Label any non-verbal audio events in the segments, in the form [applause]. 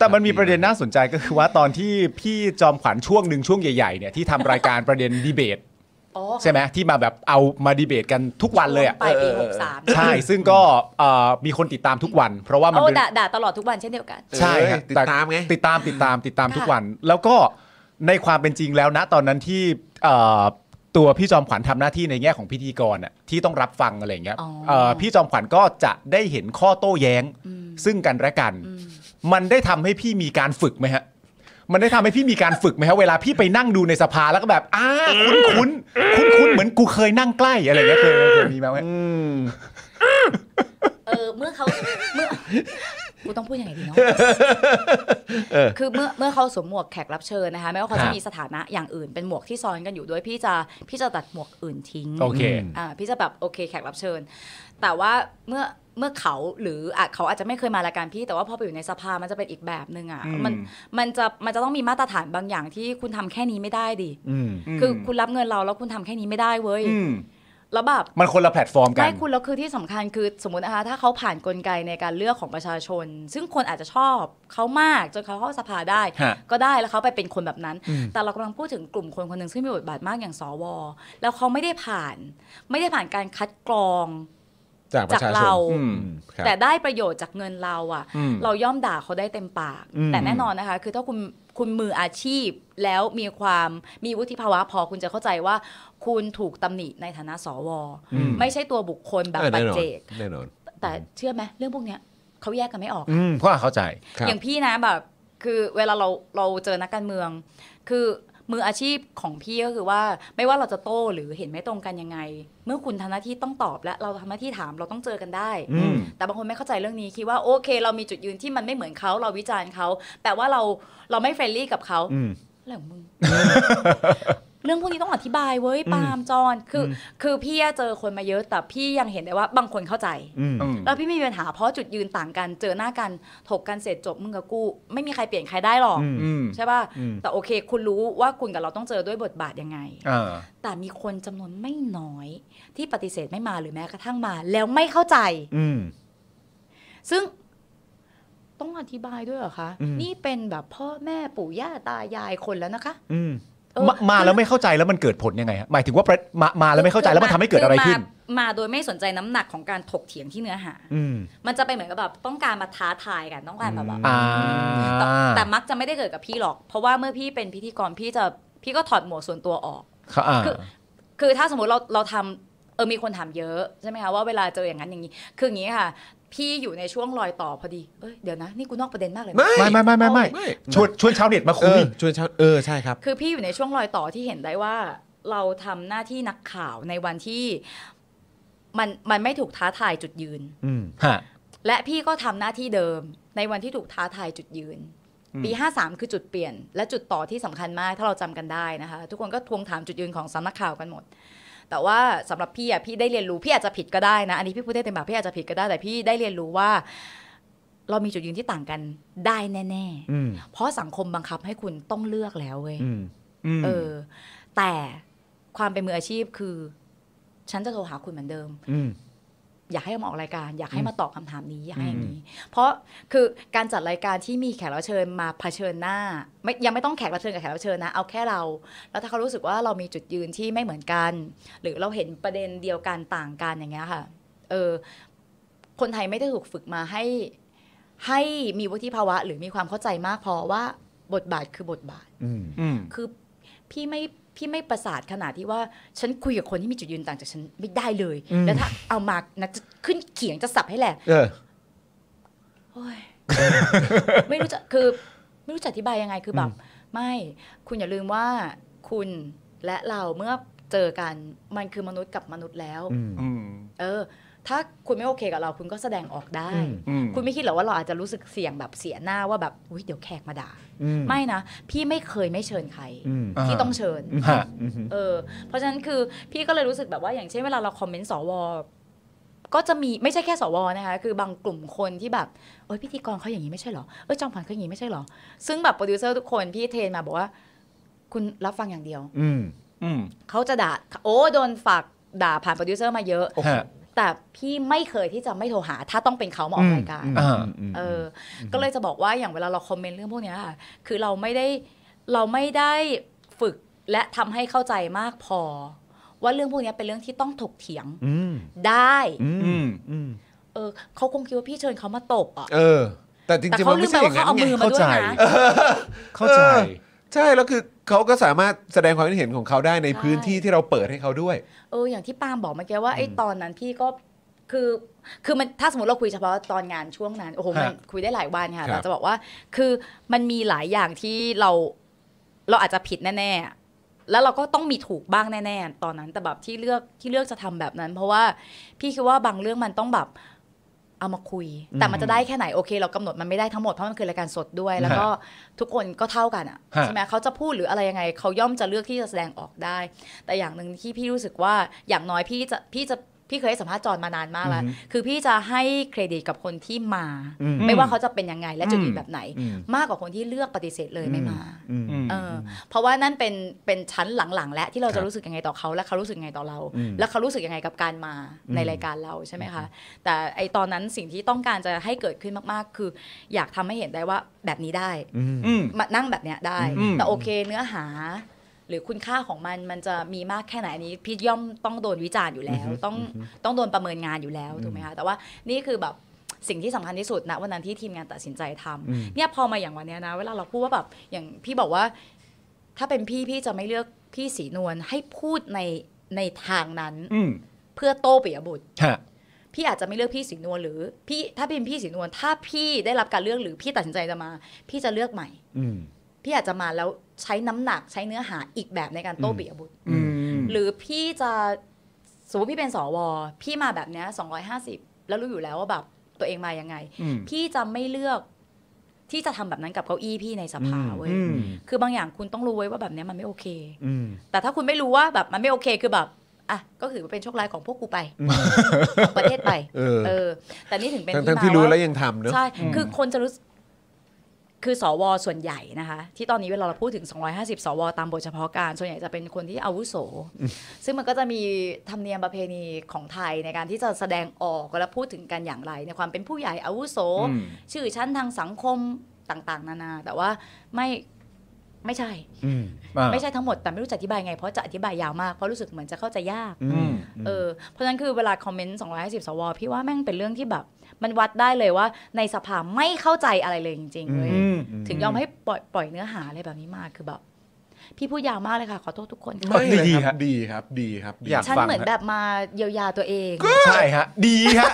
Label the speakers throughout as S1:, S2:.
S1: แต่มันมีประเด็นน่าสนใจก็คือว่าตอนที่พี่จอมขวัญช่วงหนึ่งช่วงใหญ่ๆเนี่ยที่ทำรายการประเด็นดีเบต
S2: อ๋อ
S1: ใช่ไหมที่มาแบบเอามาดีเบตกันทุกวันเลยอ่ะ
S2: ปลายปี
S3: เออ
S2: หกสาม
S1: ใช่ซึ่งก็เอ่อมีคนติดตามทุกวัน เพราะว่ามัน
S2: โอ้
S1: เป็น
S2: ด่าด่าตลอดทุกวันเช่นเดียวกัน
S1: ใช่ฮะ
S3: เอ้ยติดตามไง
S1: ติดตามติดตามติดตาม
S2: ค่ะ
S1: ทุกวัน แล้วก็ในความเป็นจริงแล้วนะตอนนั้นที่เอ่อตัวพี่จอมขวัญทำหน้าที่ในแง่ของพิธีกรน่ะที่ต้องรับฟังอะไรอย่างเงี้ยเอ่อพี่จอมขวัญก็จะได้เห็นข้อโต้แย้งซึ่งกันและกัน มันได้ทำให้พี่มีการฝึกไหมฮะ มันได้ทำให้พี่มีการฝึกไหมฮะเวลาพี่ไปนั่งดูในสภาแล้วก็แบบอ้าคุ้นคุ้นคุ้นคุ้นๆเหมือนกูเคยนั่งใกล้อะไรอย่างเงี้ยเคยเคยมีไหมฮะ
S2: เออเมื่อเขาเมื่อกูต้องพูดยังไงดีเนาะคือเมื่อเมื่อเขาสวมหมวกแขกรับเชิญนะคะไม่ว่าเขา
S1: ครั
S2: จะ
S1: บ
S2: มีสถานะอย่างอื่นเป็นหมวกที่ซ้อนกันอยู่ด้วยพี่จะพี่จะตัดหมวกอื่นทิ้ง
S1: โอเค
S2: อ่าพี่จะแบบโอเคแขกรับเชิญ แต่ว่าเมื่อเมื่อเขาหรืออ่ะเขาอาจจะไม่เคยมารายการพี่แต่ว่าพอไปอยู่ในสภามันจะเป็นอีกแบบหนึ่งอ่ะ
S1: อืม
S2: มันมันจะมันจะต้องมีมาตรฐานบางอย่างที่คุณทำแค่นี้ไม่ได้ดิคือคุณรับเงินเราแล้วคุณทำแค่นี้ไม่ได้เว้ย
S1: อืม
S2: แล้วแบบ
S1: มันคนละแพลตฟอร์มกัน
S2: ไม่คุณแล้วคือที่สำคัญคือสมมตินะคะถ้าเขาผ่านกลไกในการเลือกของประชาชน ซึ่งคนอาจจะชอบเขามากจนเขาเข้าสภาได้
S1: ฮะ
S2: ก็ได้แล้วเขาไปเป็นคนแบบนั้น แต่เรากำลังพูดถึงกลุ่มคนคนหนึ่งซึ่งมีบทบาทมากอย่างสว แล้วเขาไม่ได้ผ่าน ไม่ได้ผ่านการคัดกรอง
S3: จากป
S2: จาก
S3: ระชาชน
S2: เรา
S1: อืม
S3: อืมครับ
S2: แต่ได้ประโยชน์จากเงินเราอะ่ะ
S1: อืม
S2: เราย่อมด่าเขาได้เต็มปาก
S3: อืม
S2: แต่แน่นอนนะคะ คือถ้าคุณคุณมืออาชีพแล้วมีความมีวุฒิภาวะพอคุณจะเข้าใจว่า คุณถูกตำหนิในฐานะสว
S1: อืม
S2: ไม่ใช่ตัวบุคคลแบบ
S3: เออ
S2: ปั
S3: แน่
S2: จ
S3: นอน
S2: เจก
S3: แน่นอน
S2: แต่เชื่อไหมเรื่องพวกเนี้ยเขาแยกกันไม่ออก
S1: อืมก็เข้าใจ
S3: ครับ
S2: อย่างพี่นะแบบคือเวลาเราเราเจอนักการเมือง คือมืออาชีพของพี่ก็คือว่าไม่ว่าเราจะโต้หรือเห็นไม่ตรงกันยังไง เมื่อคุณทำหน้าที่ต้องตอบและเราทำหน้าที่ถามเราต้องเจอกันได้
S3: อืม
S2: แต่บางคนไม่เข้าใจเรื่องนี้คิดว่าโอเค เรามีจุดยืนที่มันไม่เหมือนเขาเราวิจารณ์เขาแต่ว่าเราเราไม่เฟรนลี่กับเขา
S3: อืม
S2: อะไรของมึง เรื่องพวกนี้ต้องอธิบายเว้ยปาล์มจอนคืออคือพี่อะเจอคนมาเยอะแต่พี่ยังเห็นได้ว่าบางคนเข้าใจ
S3: อืม
S1: อืม
S2: แล้วพี่ไม่มีปัญหาเพราะจุดยืนต่างกัน เจอหน้ากันถกกันเสร็จจบมึงกับกู ไม่มีใครเปลี่ยนใครได้หรอก
S3: อืม
S1: อืม
S2: ใช่ป่ะ
S3: อืม
S2: แต่โอเค คุณรู้ว่าคุณกับเราต้องเจอด้วยบทบาทยังไง
S1: อ่า
S2: แต่มีคนจำนวนไม่น้อย ที่ปฏิเสธไม่มาหรือแม้กระทั่งมา แล้วไม่เข้าใจ
S3: อืม
S2: ซึ่งต้องอธิบายด้วยเหรอคะ
S3: อืม
S2: นี่เป็นแบบพ่อแม่ปู่ย่าตายายคนแล้วนะคะ
S3: อืม
S2: เออ
S1: มามาแล้วไม่เข้าใจแล้วมันเกิดผลยังไงฮะหมายถึงว่าประมามาแล้วไม่เข้าใจแล้วมันทำให้เกิดอะไรขึ้น
S2: คืมามาโดยไม่สนใจน้ำหนักของการถกเถียงที่เนื้อหา
S3: อืม
S2: มันจะเป็นเหมือนกับแบบต้องการมาท้าทายกันต้องการแบบว่า
S1: อ่า
S2: แต่แต่มักจะไม่ได้เกิดกับพี่หรอก เพราะว่าเมื่อพี่เป็นพิธีกรพี่จะพี่ก็ถอดหมวกส่วนตัวออก
S1: ค่ะอ่า
S2: คือ คือถ้าสมมติเราเราทำเออมีคนถามเยอะใช่ไหมคะว่าเวลาเจออย่างนั้นอย่างนี้ คืออย่างนี้ค่ะ พี่อยู่ในช่วงรอยต่อพอดีเอ้ยเดี๋ยวนะ นี่กูนอกประเด็นมากเลยนะ
S3: ไม่
S1: ไม่ไม่ไม่ไม่ไม่
S3: ไม่
S1: ชวนชวนชาวเน็ตมา
S3: เอ
S1: คุย
S3: อชวนชาวเออ ใช่ครับ
S2: คือพี่อยู่ในช่วงรอยต่อที่เห็นได้ว่า เราทำหน้าที่นักข่าวในวันที่มันมันไม่ถูกท้าทายจุดยืน
S3: อืม
S1: ฮะ
S2: และพี่ก็ทำหน้าที่เดิมในวันที่ถูกท้าทายจุดยืน
S1: อืม
S2: ปี 53 คือจุดเปลี่ยน และจุดต่อที่สำคัญมากถ้าเราจำกันได้นะคะ ทุกคนก็ทวงถามจุดยืนของสำนักข่าวกันหมด แต่ว่าสำหรับพี่อ่ะพี่ได้เรียนรู้พี่อาจจะผิดก็ได้นะอันนี้พี่พูดได้เต็มปากพี่อาจจะผิดก็ได้แต่พี่ได้เรียนรู้ว่า เรามีจุดยืนที่ต่างกันได้แน่
S3: อืม
S2: ๆ เพราะสังคมบังคับให้คุณต้องเลือกแล้วเว้ย
S3: อืม
S1: อืม
S2: เออ แต่ความเป็นมืออาชีพคือ ฉันจะโทรหาคุณเหมือนเดิม
S3: อืม
S2: อยากให้มาออกรายการอยากให้มาตอบคำถามนี้อยากให้อย่างนี้ เพราะคือการจัดรายการที่มีแขกรับเชิญมาเผชิญหน้าไม่ยังไม่ต้องแขกรับเชิญกับแขกรับเชิญนะ เอาแค่เรา แล้วถ้าเขารู้สึกว่าเรามีจุดยืนที่ไม่เหมือนกัน หรือเราเห็นประเด็นเดียวกันต่างกันอย่างเงี้ยค่ะเออคนไทยไม่ได้ถูกฝึกมาให้ให้มีวุฒิภาวะ หรือมีความเข้าใจมากพอว่าบทบาทคือบทบาท
S3: อืม
S1: อืม
S2: คือพี่ไม่พี่ไม่ประสาทขนาดที่ว่าฉันคุยกับคนที่มีจุดยืนต่างจากฉันไม่ได้เลย
S3: อืม
S2: แล้วถ้าเอามานะจะขึ้นเขียงจะสับให้แหละ
S3: เออ
S2: โอ้ย
S3: [laughs]
S2: ไม่รู้จะคือไม่รู้จะอธิบายยังไงคือแบบไม่คุณอย่าลืมว่าคุณและเราเมื่อเจอกันมันคือมนุษย์กับมนุษย์แล้ว
S3: อืม
S1: อืม
S2: เออ ถ้าคุณไม่โอเคกับเรา คุณก็แสดงออกได้
S3: อืม
S1: อืม
S2: คุณไม่คิดหรอว่าเราอาจจะรู้สึกเสี่ยงแบบเสียหน้าว่าแบบอุ้ยเดี๋ยวแขกมาด่า
S3: อืม
S2: ไม่นะพี่ไม่เคยไม่เชิญใคร
S3: อืม
S1: า
S2: ที่ต้องเชิญ
S1: ฮะ
S3: อืม
S2: เออเพราะฉะนั้นคือพี่ก็เลยรู้สึกแบบว่าอย่างเช่นเวลาเราคอมเมนต์สว ก็จะมีไม่ใช่แค่สวนะคะ คือบางกลุ่มคนที่แบบเอ้ยพิธีกรเขาอย่างนี้ไม่ใช่เหรอเอ้ยจอมผันเขาอย่างนี้ไม่ใช่เหรอ ซึ่งแบบโปรดิวเซอร์ทุกคนพี่เทรนมาบอกว่า คุณรับฟังอย่างเดียว
S3: อืม
S1: อืม
S2: เขาจะด่าโอ้โดนฝากด่าผ่านโปรดิวเซอร์มาเยอะ
S1: ฮะ
S2: แต่พี่ไม่เคยที่จะไม่โทรหา ถ้าต้องเป็นเขามาออกรายการ
S1: อ่า
S2: เอออก็เลยจะบอกว่าอย่างเวลาเราคอมเมนต์เรื่องพวกเนี้ยค่ะคือเราไม่ได้เราไม่ได้ฝึกและทำให้เข้าใจมากพอ ว่าเรื่องพวกเนี้ยเป็นเรื่องที่ต้องถกเถียง
S3: อืม
S2: ได้
S3: อืม
S1: อืม
S3: อืม
S2: เออเขาคงคิดว่าพี่เชิญเขามาตบอ่ะ
S3: เออ แต่จ
S2: แต่
S3: ริงๆ
S2: เขา
S3: มัน
S2: ลื
S3: ไม่
S2: มไปว่า
S3: ใช่อ
S2: เขา
S3: ย่างนั้น
S2: เอามือมาด้วยนะ
S1: เข้าใจ เข้าใจ
S3: ใช่แล้วคือเขาก็สามารถแสดงความคิดเห็นของเขาได้ใน
S2: ใช่
S3: พื้นที่ที่เราเปิดให้เขาด้วย
S2: เอออย่างที่ปาล์มบอกเมื่อกี้ว่าไอ้ตอนนั้นพี่ก็คือคือมันถ้าสมมติเราคุยเฉพาะตอนงานช่วงนั้นโอ้โหมัน
S1: ฮะ
S2: คุยได้หลายวัน
S3: ครั
S2: ค่ะ
S3: บ
S2: แต่จะบอกว่าคือมันมีหลายอย่างที่เราเราอาจจะผิดแน่ๆ แล้วเราก็ต้องมีถูกบ้างแน่ๆ ตอนนั้นแต่แบบที่เลือกที่เลือกจะทำแบบนั้น เพราะว่าพี่คิดว่าบางเรื่องมันต้องแบบเอามาคุย แต่มันจะได้แค่ไหนโอเค เรากำหนดมันไม่ได้ทั้งหมดเพราะมันคือรายการสดด้วย แล้วก็ทุกคนก็เท่ากันอ่ะ
S1: ฮะ
S2: ใช่ไหมเขาจะพูดหรืออะไรยังไงเขาย่อมจะเลือกที่จะแสดงออกได้ แต่อย่างหนึ่งที่พี่รู้สึกว่าอย่างน้อยพี่จะพี่จะพี่เคยให้สัมภาษณ์จอห์นมานานมากแล้ว คือพี่จะให้เครดิตกับคนที่มา ไม่ว่าเขาจะเป็นยังไงและจุดยืนแบบไหน
S3: อืม
S2: มากกว่าคนที่เลือกปฏิเสธเลยไม่มา
S3: อืม
S1: อืม
S2: เออเพราะว่านั่นเป็นเป็นชั้นหลังๆ แล้วที่เรา
S3: ครั
S2: จะ
S3: บ
S2: รู้สึกยังไงต่อเขาและเขารู้สึกยังไงต่อเรา
S3: อืม
S2: และเขารู้สึกยังไงกับการมาในรายการเราใช่ไหมคะ แต่ไอตอนนั้นสิ่งที่ต้องการจะให้เกิดขึ้นมากๆ คือ อยากทำให้เห็นได้ว่าแบบนี้ได้
S3: อืม
S1: อืม
S2: มานั่งแบบเนี้ยได้
S1: อืม
S2: แต่โอเคเนื้อหา หรือคุณค่าของมันมันจะมีมากแค่ไหนอันนี้พี่ย่อมต้องโดนวิจารณ์อยู่แล้ว ต้องต้องโดนประเมินงานอยู่แล้วถูกไหมคะแต่ว่านี่คือแบบสิ่งที่สำคัญที่สุดนะวันนั้นที่ทีมงานตัดสินใจทำ
S3: อืม
S2: เนี่ยพอมาอย่างวันเนี้ยนะ เวลาเราพูดว่าแบบอย่างพี่บอกว่า ถ้าเป็นพี่พี่จะไม่เลือกพี่สีนวลให้พูดในในทางนั้น
S1: อืม
S2: เพื่อโต้ปิยบุตร
S1: ฮะ
S2: พี่อาจจะไม่เลือกพี่สีนวลหรือพี่ถ้าเป็นพี่สีนวลถ้าพี่ได้รับการเลือกหรือพี่ตัดสินใจจะมา พี่จะเลือกใหม่
S3: อืม
S2: พี่อาจจะมาแล้วใช้น้ำหนักใช้เนื้อหาอีกแบบในการโต้
S3: อืม
S2: ปิยบุตร
S1: อืม
S2: หรือพี่จะสมมติพี่เป็นสว พี่มาแบบเนี้ย250 แล้วรู้อยู่แล้วว่าแบบตัวเองมายังไง
S1: อืม
S2: พี่จะไม่เลือกที่จะทำแบบนั้นกับเก้าอี้พี่ในสภาเว้ย
S1: อืม
S2: คือบางอย่างคุณต้องรู้ไว้ว่าแบบเนี้ยมันไม่โอเค
S3: อืม
S2: แต่ถ้าคุณไม่รู้ว่าแบบมันไม่โอเคคือแบบอ่ะก็ถือว่าเป็นโชคร้ายของพวกกูไปของประเทศไป
S3: เออ
S2: เออ แต่นี่ถึงเป็น
S3: ทั้งทั้ง
S2: มา
S3: ที่รู้
S2: ว่า
S3: แล้วยังทำเนอะ
S2: ใช่
S1: อืม
S2: คือคนจะรู้สึกคือสวส่วนใหญ่นะคะ ที่ตอนนี้เวลาเราพูดถึง 250 สว ตามบทเฉพาะการ ส่วนใหญ่จะเป็นคนที่อาวุโส ซึ่งมันก็จะมีธรรมเนียมประเพณีของไทยในการที่จะแสดงออกและพูดถึงกันอย่างไร ในความเป็นผู้ใหญ่อาวุโส
S1: อืม
S2: ชื่อชั้นทางสังคมต่าง ๆ นานา แต่ว่าไม่ไม่ใช่
S3: อืม
S1: อ่า
S2: ไม่ใช่ทั้งหมดแต่ไม่รู้จะอธิบายไงเพราะจะอธิบายยาวมากเพราะรู้สึกเหมือนจะเข้าใจยาก
S3: อืม
S2: เออเพราะฉะนั้นคือเวลาคอมเมนต์ 250 สว พี่ว่าแม่งเป็นเรื่องที่แบบ มันวัดได้เลยว่าในสภาไม่เข้าใจอะไรเลยจริงๆเลย
S1: อืม
S2: ถึงยอมให้ปล่อยปล่อยเนื้อหาอะไรแบบนี้มาคือแบบ พี่พูดยาวมากเลยค่ะ ขอโทษทุกคนค่ะ
S3: ไม่เลย
S1: ดี
S3: ค
S1: ครั
S3: รั
S1: บบ
S3: ดีครับ ดีครับดี
S1: อยาก
S2: ฉัน
S1: ฟัง
S2: เหมือนแบบมาเยียวยาตัวเอง
S1: ใช่ฮะ ดีฮะ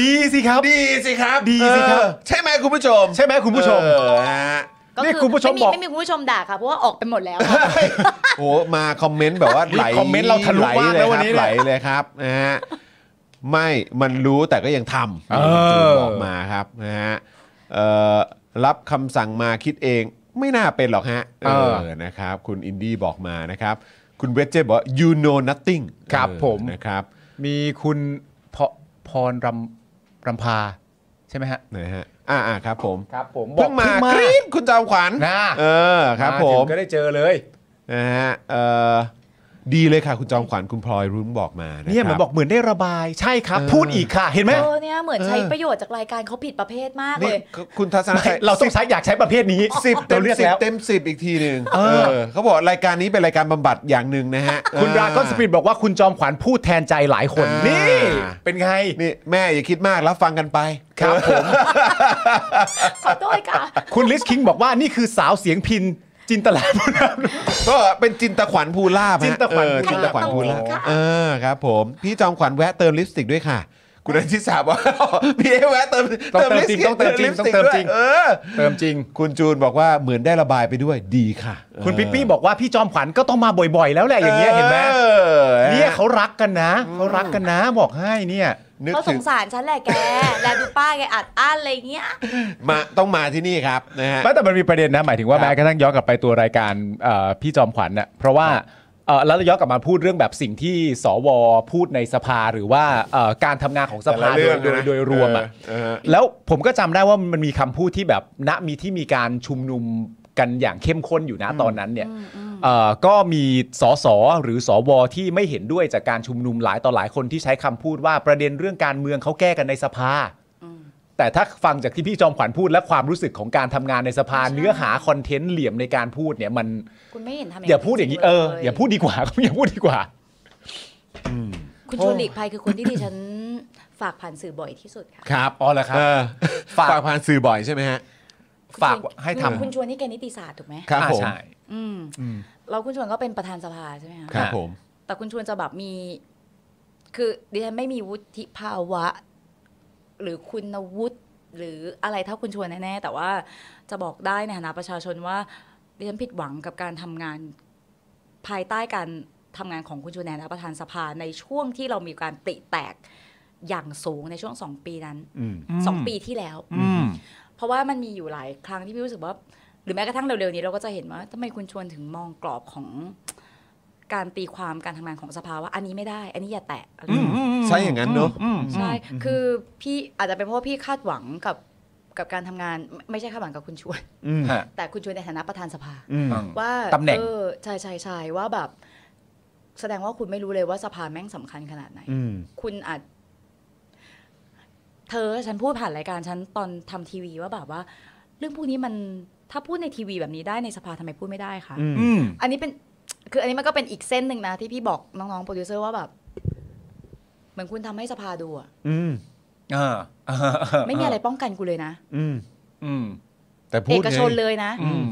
S1: ดีสิครับ
S3: ดีสิครับ
S1: ดีสิครับ
S3: เออใช่ไหมคุณผู้ชม
S1: ใช่ไหมคุณผู้ชม
S3: เออฮะ
S2: ก็
S1: นี่คุณผู้ชม
S2: ไม่มี
S1: บอก
S2: ไม่มีคุณผู้ชมด่าค่ะเพราะว่าออกไปหมดแล้วค่ะ
S3: โอ้มาคอมเมนต์แบบว่าไหล
S1: คอมเมนต์เราทะลุมาก
S3: ไห
S1: นะวันนี้
S3: เลยครับไหลเลยครับนะฮะไม่มันรู้แต่ก็ยังทำ
S1: เออ
S3: จูนบอกมาครับนะฮะเอ่อรับคำสั่งมาคิดเองไม่น่าเป็นหรอกฮะเออนะครับ คุณอินดี้บอกมานะครับ คุณเวจเจบอกว่า you know nothing
S1: ครับ
S3: เออ
S1: ผม
S3: นะครับ
S1: มีคุณพพรรำรำพา ใช่ไหมฮะ
S3: นะฮะอ่าๆครับผม
S1: ครับผม
S3: เพิ่งมากรี๊ดคุณจอมขวัญ
S1: นะ
S3: เออครับ
S1: า
S3: ผ
S1: ถึง
S3: ม
S1: ก็ได้เจอเลย
S3: นะฮะเอ่อดีเลยค่ะ คุณจอมขวัญคุณพลอยรุ้งบอกมานะครับ
S1: เนี่ยเหมันบอกเหมือนได้ระบายใช่ครับ
S3: เออ
S1: พูดอีกค่ะเห็นไหม
S2: เออเนี่ยเหมือนใช้
S3: เออ
S2: ประโยชน์จากรายการเขาผิดประเภทมากเล
S3: นี่
S2: ย
S3: คุณทัศน
S1: ไม่
S3: ชัย
S1: เราต้องใช้อยากใช้ประเภทนี้
S3: สิบเต็
S1: เรา
S3: ม
S1: เลือก
S3: สิบ
S1: แล้ว
S3: เต็มสิบอีกทีหนึ่ง
S1: เออ
S3: เออเขาบอกรายการนี้เป็นรายการบำบัดอย่างหนึ่งนะฮะ
S1: คุณ
S3: เออ
S1: ราก้อนสปีดบอกว่าคุณจอมขวัญพูดแทนใจหลายคน
S3: อ่านี่
S1: นี่ เป็นไง
S3: นี่แม่อย่าคิดมากรับฟังกันไป
S1: ครับผม
S2: ขอโทษค่ะ
S1: คุณลิสคิงบอกว่านี่คือสาวเสียงพินจินตลาบุญนำ
S3: ก็เป็นจินตขวัญภูลาภฮะ
S1: จินตขวัญ
S3: เออ
S1: ภูลาภ
S3: จินตขวัญภูลาภ
S2: ค่ะ
S3: เออครับผมพี่จอมขวัญแวะเติมลิปสติกด้วยค่ะ คุณอนันทิสาบอกว่า [laughs] พี่ให้แวะเติม
S1: ต้องเติมจริงต้องเติมจริงต้องเติมจริง
S3: เออ
S1: เติมจริง
S3: คุณจูนบอกว่าเหมือนได้ระบายไปด้วยดีค่ะ
S1: คุณ
S3: เออ
S1: ปิ๊ปปี้บอกว่าพี่จอมขวัญก็ต้องมาบ่อยๆ แล้วแหละอย่างเงี้ยเห็นไหม
S3: ออ
S1: เนี่ยเขารักกันนะเขารักกันนะบอกให้เนี่ย
S3: นึก
S2: เขาส
S3: ถึง
S2: งสารฉันแหละแกแลดูป้าแกอัดอั้นอะไรอย่างเงี้ย
S3: มาต้องมาที่นี่ครับนะฮะ
S1: ไม่แต่มันมีประเด็นนะหมายถึงว่า
S3: ครับ
S1: แม้กระทั่งย้อนกลับไปตัวรายการเอ่อพี่จอมขวัญน่ะเพราะว่าเอ่อแล้วย้อนกลับมาพูดเรื่องแบบสิ่งที่สวพูดในสภาหรือว่าเอ่อการทำงานของสภา
S3: แต่ละเรื่
S1: โด
S3: อย ง
S1: โดย
S3: นะ
S1: โดยรวมอ่ะ
S3: เออเออ
S1: แล้วผมก็จำได้ว่ามันมีคำพูดที่แบบณมีที่มีการชุมนุมกันอย่างเข้มข้นอยู่นะตอนนั้นเนี่ย เอ่อก็มีสสหรือสวที่ไม่เห็นด้วยจากการชุมนุมหลายต่อหลายคนที่ใช้คำพูดว่าประเด็นเรื่องการเมืองเขาแก้กันในสภา
S2: อืม
S1: แต่ถ้าฟังจากที่พี่จอมขวัญพูดและความรู้สึกของการทำงานในสภา
S2: ใช่
S1: เนื้อหาคอนเทนต์เหลี่ยมในการพูดเนี่ยมัน
S2: คุณไม่เห็นทำ
S1: อย่าพูดอย่างนี้เอออย่าพูดดีกว่า [laughs] อย่าพูดดีกว่า
S2: คุณ
S1: โอ้
S2: ชวนหลีกภัยคือคนที่ดิฉันฝากผ่านสื่อบ่อยที่สุดค่ะ
S3: ครับ
S1: อ๋อเหรอครับ
S3: เออ
S1: ฝาก
S3: ฝากผ่านสื่อบ่อยใช่ไหมฮะ
S1: ฝากให้ทำ
S2: คุณชวนนี่แกนิติศาสตร์ถูกไหม
S3: ครับ
S1: อ่า
S3: ผม
S1: ใช่
S2: อืมเราคุณชวนก็เป็นประธานสภาใช่ไหมคะ
S3: ครับผม
S2: แต่คุณชวนจะแบบมี คือดิฉันไม่มีวุฒิภาวะ หรือคุณวุฒิหรืออะไรเท่าคุณชวนแน่ๆแต่ว่าจะบอกได้ในฐานะประชาชนว่าดิฉันผิดหวังกับการทำงานภายใต้การทำงานของคุณชวนในฐานะประธานสภาในช่วงที่เรามีการปริแตกอย่างสูงในช่วงสองปีนั้น
S3: อืม
S2: สองปีที่แล้ว เพราะว่ามันมีอยู่หลายครั้งที่พี่รู้สึกว่า หรือแม้กระทั่งเร็วๆนี้เราก็จะเห็นว่าทำไมคุณชวนถึงมองกรอบของการตีความการทำงานของสภาว่าอันนี้ไม่ได้ อันนี้อย่าแตะอะไรอย่างเงี้ย
S3: ใช่อย่างนั้นเนอะ
S2: ใช่ คือพี่อาจจะเป็นเพราะว่าพี่คาดหวังกับกับการทำงานไม่ไม่ใช่คาดหวังกับคุณชวน [laughs]
S3: อืม
S1: ฮะ
S2: แต่คุณชวนในฐานะประธานสภา
S3: อืม
S2: ว่า
S1: ตำแหน่ง
S2: เออใช่ใช่ใช่ว่าแบบ แสดงว่าคุณไม่รู้เลยว่าสภาแม่งสำคัญขนาดไหน
S3: อืม
S2: คุณอาจ เธอฉันพูดผ่านรายการฉันตอนทำทีวีว่าแบบว่า เรื่องพวกนี้มันถ้าพูดในทีวีแบบนี้ได้ในสภาทำไมพูดไม่ได้คะ
S3: อืม
S1: อืม
S2: อันนี้เป็น คืออันนี้มันก็เป็นอีกเส้นหนึ่งนะ ที่พี่บอกน้องๆโปรดิวเซอร์ว่าแบบ เหมือนคุณทำให้สภาดูอะ
S3: อืม
S1: อ่า
S2: ไม่มีอะไรป้องกันกูเลยนะ
S3: อืม
S1: อืม
S3: แต่พู
S2: เอ
S3: ด
S2: ก
S3: ไง
S2: ชนเลยนะ
S1: อืม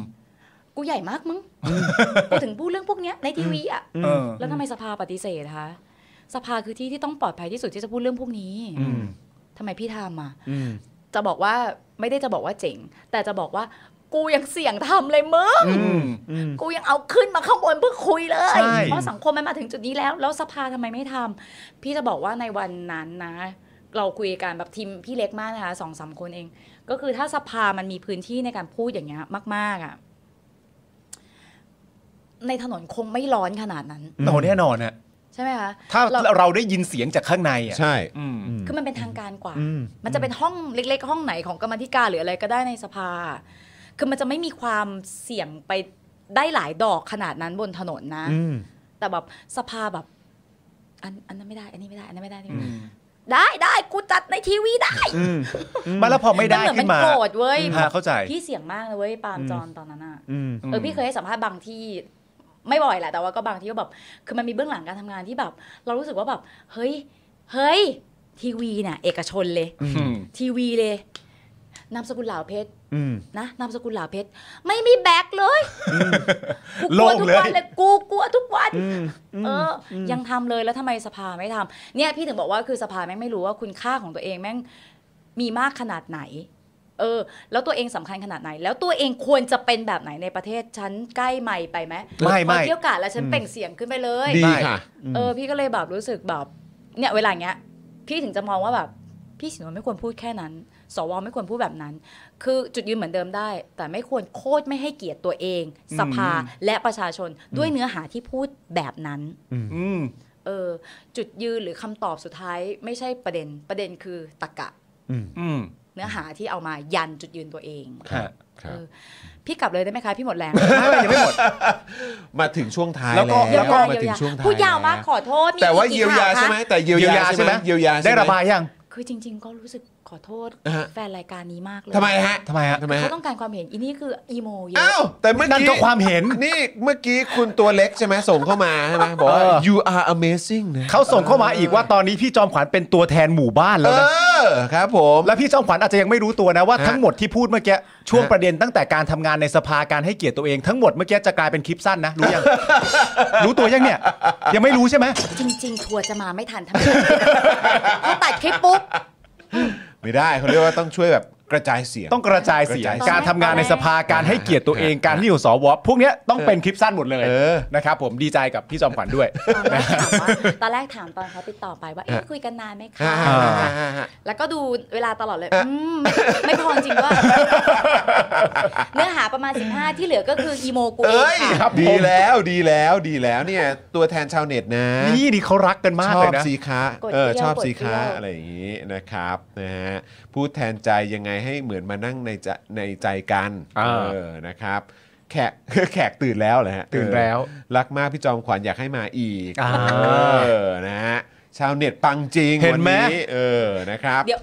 S2: กูใหญ่มากมึงกูถึงพูดเรื่องพวกเนี้ยในทีวีอะ
S1: เออ
S2: แล้วทำไมสภาปฏิเสธคะสภาคือที่ที่ต้องปลอดภัยที่สุดที่จะพูดเรื่องพวกนี้
S3: อืม
S2: ทำไมพี่ทำอ่ะ
S3: อืม
S2: จะบอกว่าไม่ได้จะบอกว่าเจ๋ง แต่จะบอกว่ากูยังเสี่ยงทำเลยมึง
S1: อืม
S3: อืม
S2: กูยังเอาขึ้นมาข้างบนเพื่อคุยเลย
S1: ใช่
S2: เพราะสังคมมันมาถึงจุดนี้แล้ว แล้วสภาทำไมไม่ทำพี่จะบอกว่าในวันนั้นนะ เราคุยกันแบบทีมพี่เล็กมากนะคะสองสามคนเอง ก็คือถ้าสภามันมีพื้นที่ในการพูดอย่างเงี้ยมาก ๆอะ่ะในถนนคงไม่ร้อนขนาดนั้น
S1: โอ้แน่นอนฮะ
S2: ใช่ไหมคะ
S1: ถ้า
S2: เร
S1: เราได้ยินเสียงจากข้างในอ่ะ
S3: ใช่
S1: อืม
S3: ม
S2: คือมันเป็นทางการกว่า
S3: อืม
S2: มันจะเป็นห้องเล็ก ๆ ห้องไหนของกรรมาธิการหรืออะไรก็ได้ในสภา คือมันจะไม่มีความเสี่ยงไปได้หลายดอกขนาดนั้นบนถนนนะ
S3: อืม
S2: แต่แบบสภาแบบอันอันนั้นไม่ได้ อันนี้ไม่ได้ อันนั้นไม่ได้อันนี้
S1: อื
S2: ไม่ได้
S1: ม
S2: ได้ได้กูจัดในทีวีได้
S3: อืม
S1: ไมาแล้วพอไม่ได้
S2: นเหมือนมั
S1: ขึ้
S2: น
S1: นมา
S2: โกรธเว้ย
S1: ฮะเข้าใจ
S2: พี่เสี่ยงมากเลยเว้ยปาล์ม
S3: อืม
S2: จอนตอนนั้นอะ
S3: อืม
S1: อืม
S2: เออพี่เคยให้สัมภาษณ์บางที่ไม่บ่อยแหละแต่ว่าก็บางที่ก็แบบคือมันมีเบื้องหลังการทำงานที่แบบ เรารู้สึกว่าแบบเฮ้ยเฮ้ยทีวีเนี่ยเอกชนเลย
S1: อืม
S2: ทีวีเลยนามสกุลเหล่าเพชร
S3: อืม
S2: นะนามสกุลเหล่าเพชรไม่มีแบ็คเลยกูก
S1: โล่
S2: ลัว
S1: ง
S2: ทุก
S1: เลย
S2: วันเลยกูกลัวทุกวัน
S3: อืม
S2: เอออยังทำเลยแล้วทำไมสภาไม่ทำเนี่ยพี่ถึงบอกว่าคือสภาแม่งไม่รู้ว่าคุณค่าของตัวเองแม่งมีมากขนาดไหน เออ แล้วตัวเองสำคัญขนาดไหน แล้วตัวเองควรจะเป็นแบบไหนในประเทศฉันใกล้ใหม่ไปไหม
S1: ไม่ไม่
S2: พอเที่ยวกาดแล้วฉันเปล่งเสียงขึ้นไปเลย
S3: ดีค่ะ
S2: เออพี่ก็เลยแบบรู้สึกแบบเนี่ยเวลาอย่างเงี้ย พี่ถึงจะมองว่าแบบพี่สินวนไม่ควรพูดแค่นั้น สวไม่ควรพูดแบบนั้น คือจุดยืนเหมือนเดิมได้ แต่ไม่ควรโคตรไม่ให้เกียรติตัวเอง สภาและประชาชนด้วยเนื้อหาที่พูดแบบนั้น
S1: อืม
S2: เออจุดยืนหรือคำตอบสุดท้ายไม่ใช่ประเด็นประเด็นคือตะกะ
S1: อืม
S2: เนื้อหาที่เอามายันจุดยืนตัวเอง
S3: ครับ ค
S2: เอ
S3: รับ
S2: อพี่กลับเลยได้ไหมคะพี่หมดแรง
S1: ไม่ไม่ยังไม่หมด
S3: มาถึงช่วงท้าย
S1: แล้
S3: [laughs] แล้ว
S1: วก็
S2: เยียวยา
S3: มา
S2: เยียวยา
S3: ถึงช่วงท้าย
S2: พูดยาวมาก
S3: แล้
S2: ขอโทษมี
S3: แต่ว่า
S2: อีก
S3: เยียวยา
S2: กี่ข่คะ
S3: ใช่ไหมแต่เยียวยาใช่ไหมเยียวยาใช่หม
S1: ได้ระบายยัง
S2: คือจริง ๆ ก็รู้สึกขอโทษ
S3: อ่ะ
S2: แฟนรายการนี้มากเลย
S3: ทำไมฮะ
S1: ทำไมฮะ
S3: ทำไม
S2: เขา
S3: ฮะ
S2: ต้องการความเห็นอีนี่คืออีโมเย
S3: อ้า
S2: อะ
S3: วแต่เมื่อ
S1: นั่น
S3: กี้
S1: ก็ความเห็น
S3: นี่เมื่อกี้คุณตัวเล็กใช่ไหมส่งเข้ามาใช่ไหมบอกว่า
S1: เออ
S3: you are amazing นะ
S1: เขาส่งเข้ามาอีกว่าตอนนี้พี่จอมขวัญเป็นตัวแทนหมู่บ้าน
S3: เอ
S1: แล้วนะ
S3: อครับผม
S1: และพี่จอมขวัญอาจจะยังไม่รู้ตัวนะว่า
S3: ฮะ
S1: ทั้งหมดที่พูดเมื่อกี้ช่วง
S3: ฮะ
S1: ประเด็นตั้งแต่การทำงานในสภาการให้เกียรติตัวเองทั้งหมดเมื่อกี้จะกลายเป็นคลิปสั้นนะรู้ยัง รู้ตัวยังเนี่ย ยังไม่รู้ใช่ไหม
S2: จริง ๆ ทัวร์จะมาไม่ทันทำไมเขาตัดคลิปปุ๊บ
S3: [laughs] ไม่ได้เขาเรียกว่าต้องช่วยแบบกระจายเสียง
S1: ต้องกระจายเสียง
S3: กระจายเสียง
S1: การทำงานในสภาการให้เกียรติตัวเองการที่อยู่สวพวกเนี้ยต้องเป็นคลิปสั้นหมดเลย
S3: เออ
S1: นะครับผมดีใจกับพี่จอมขวัญด้วย
S2: ตอนแรกถามว่าตอนแรกถามตอนเขาติดต่อไปว่าเอ๊ะคุยกันนานไหมคะ
S3: ฮ่าฮ่าฮ่าฮ่าฮ่า
S2: แล้วก็ดูเวลาตลอดเลยอืมไม่ไม่พอจริง
S3: [laughs]
S2: ว่า เนื้อหาประมาณ 15 ที่เหลือก็คืออีโมกูเอ
S3: เอ้
S2: ง
S3: ย
S2: ค่ะ
S1: ครับผม
S3: ดีแล้วดีแล้วดีแล้วเนี่ยตัวแทนชาวเน็ตนะ
S1: นี่ดิเขารักกันมาก
S3: ชอ
S1: เล
S3: บ
S1: ยนะ
S3: สีค้าก
S2: ด
S3: เออ
S2: เกลียว
S3: ชอบ
S2: กด
S3: สีค้า
S2: เกลียว
S3: อะไรอย่างนี้นะครับนะฮะพูดแทนใจยังไงให้เหมือนมานั่งในใจในใจกัน
S1: อ่า
S3: เออนะครับ แข แขก [laughs] แขกตื่นแล้วเหรอฮะ
S1: ตื่นแล้ว
S3: รักมากพี่จอมขวัญอยากให้มาอีก
S1: อ่า
S3: เออนะฮะชาวเน็ตปังจริง
S1: เห็นไหม
S3: วัเออนะครับ
S2: เดี๋ยว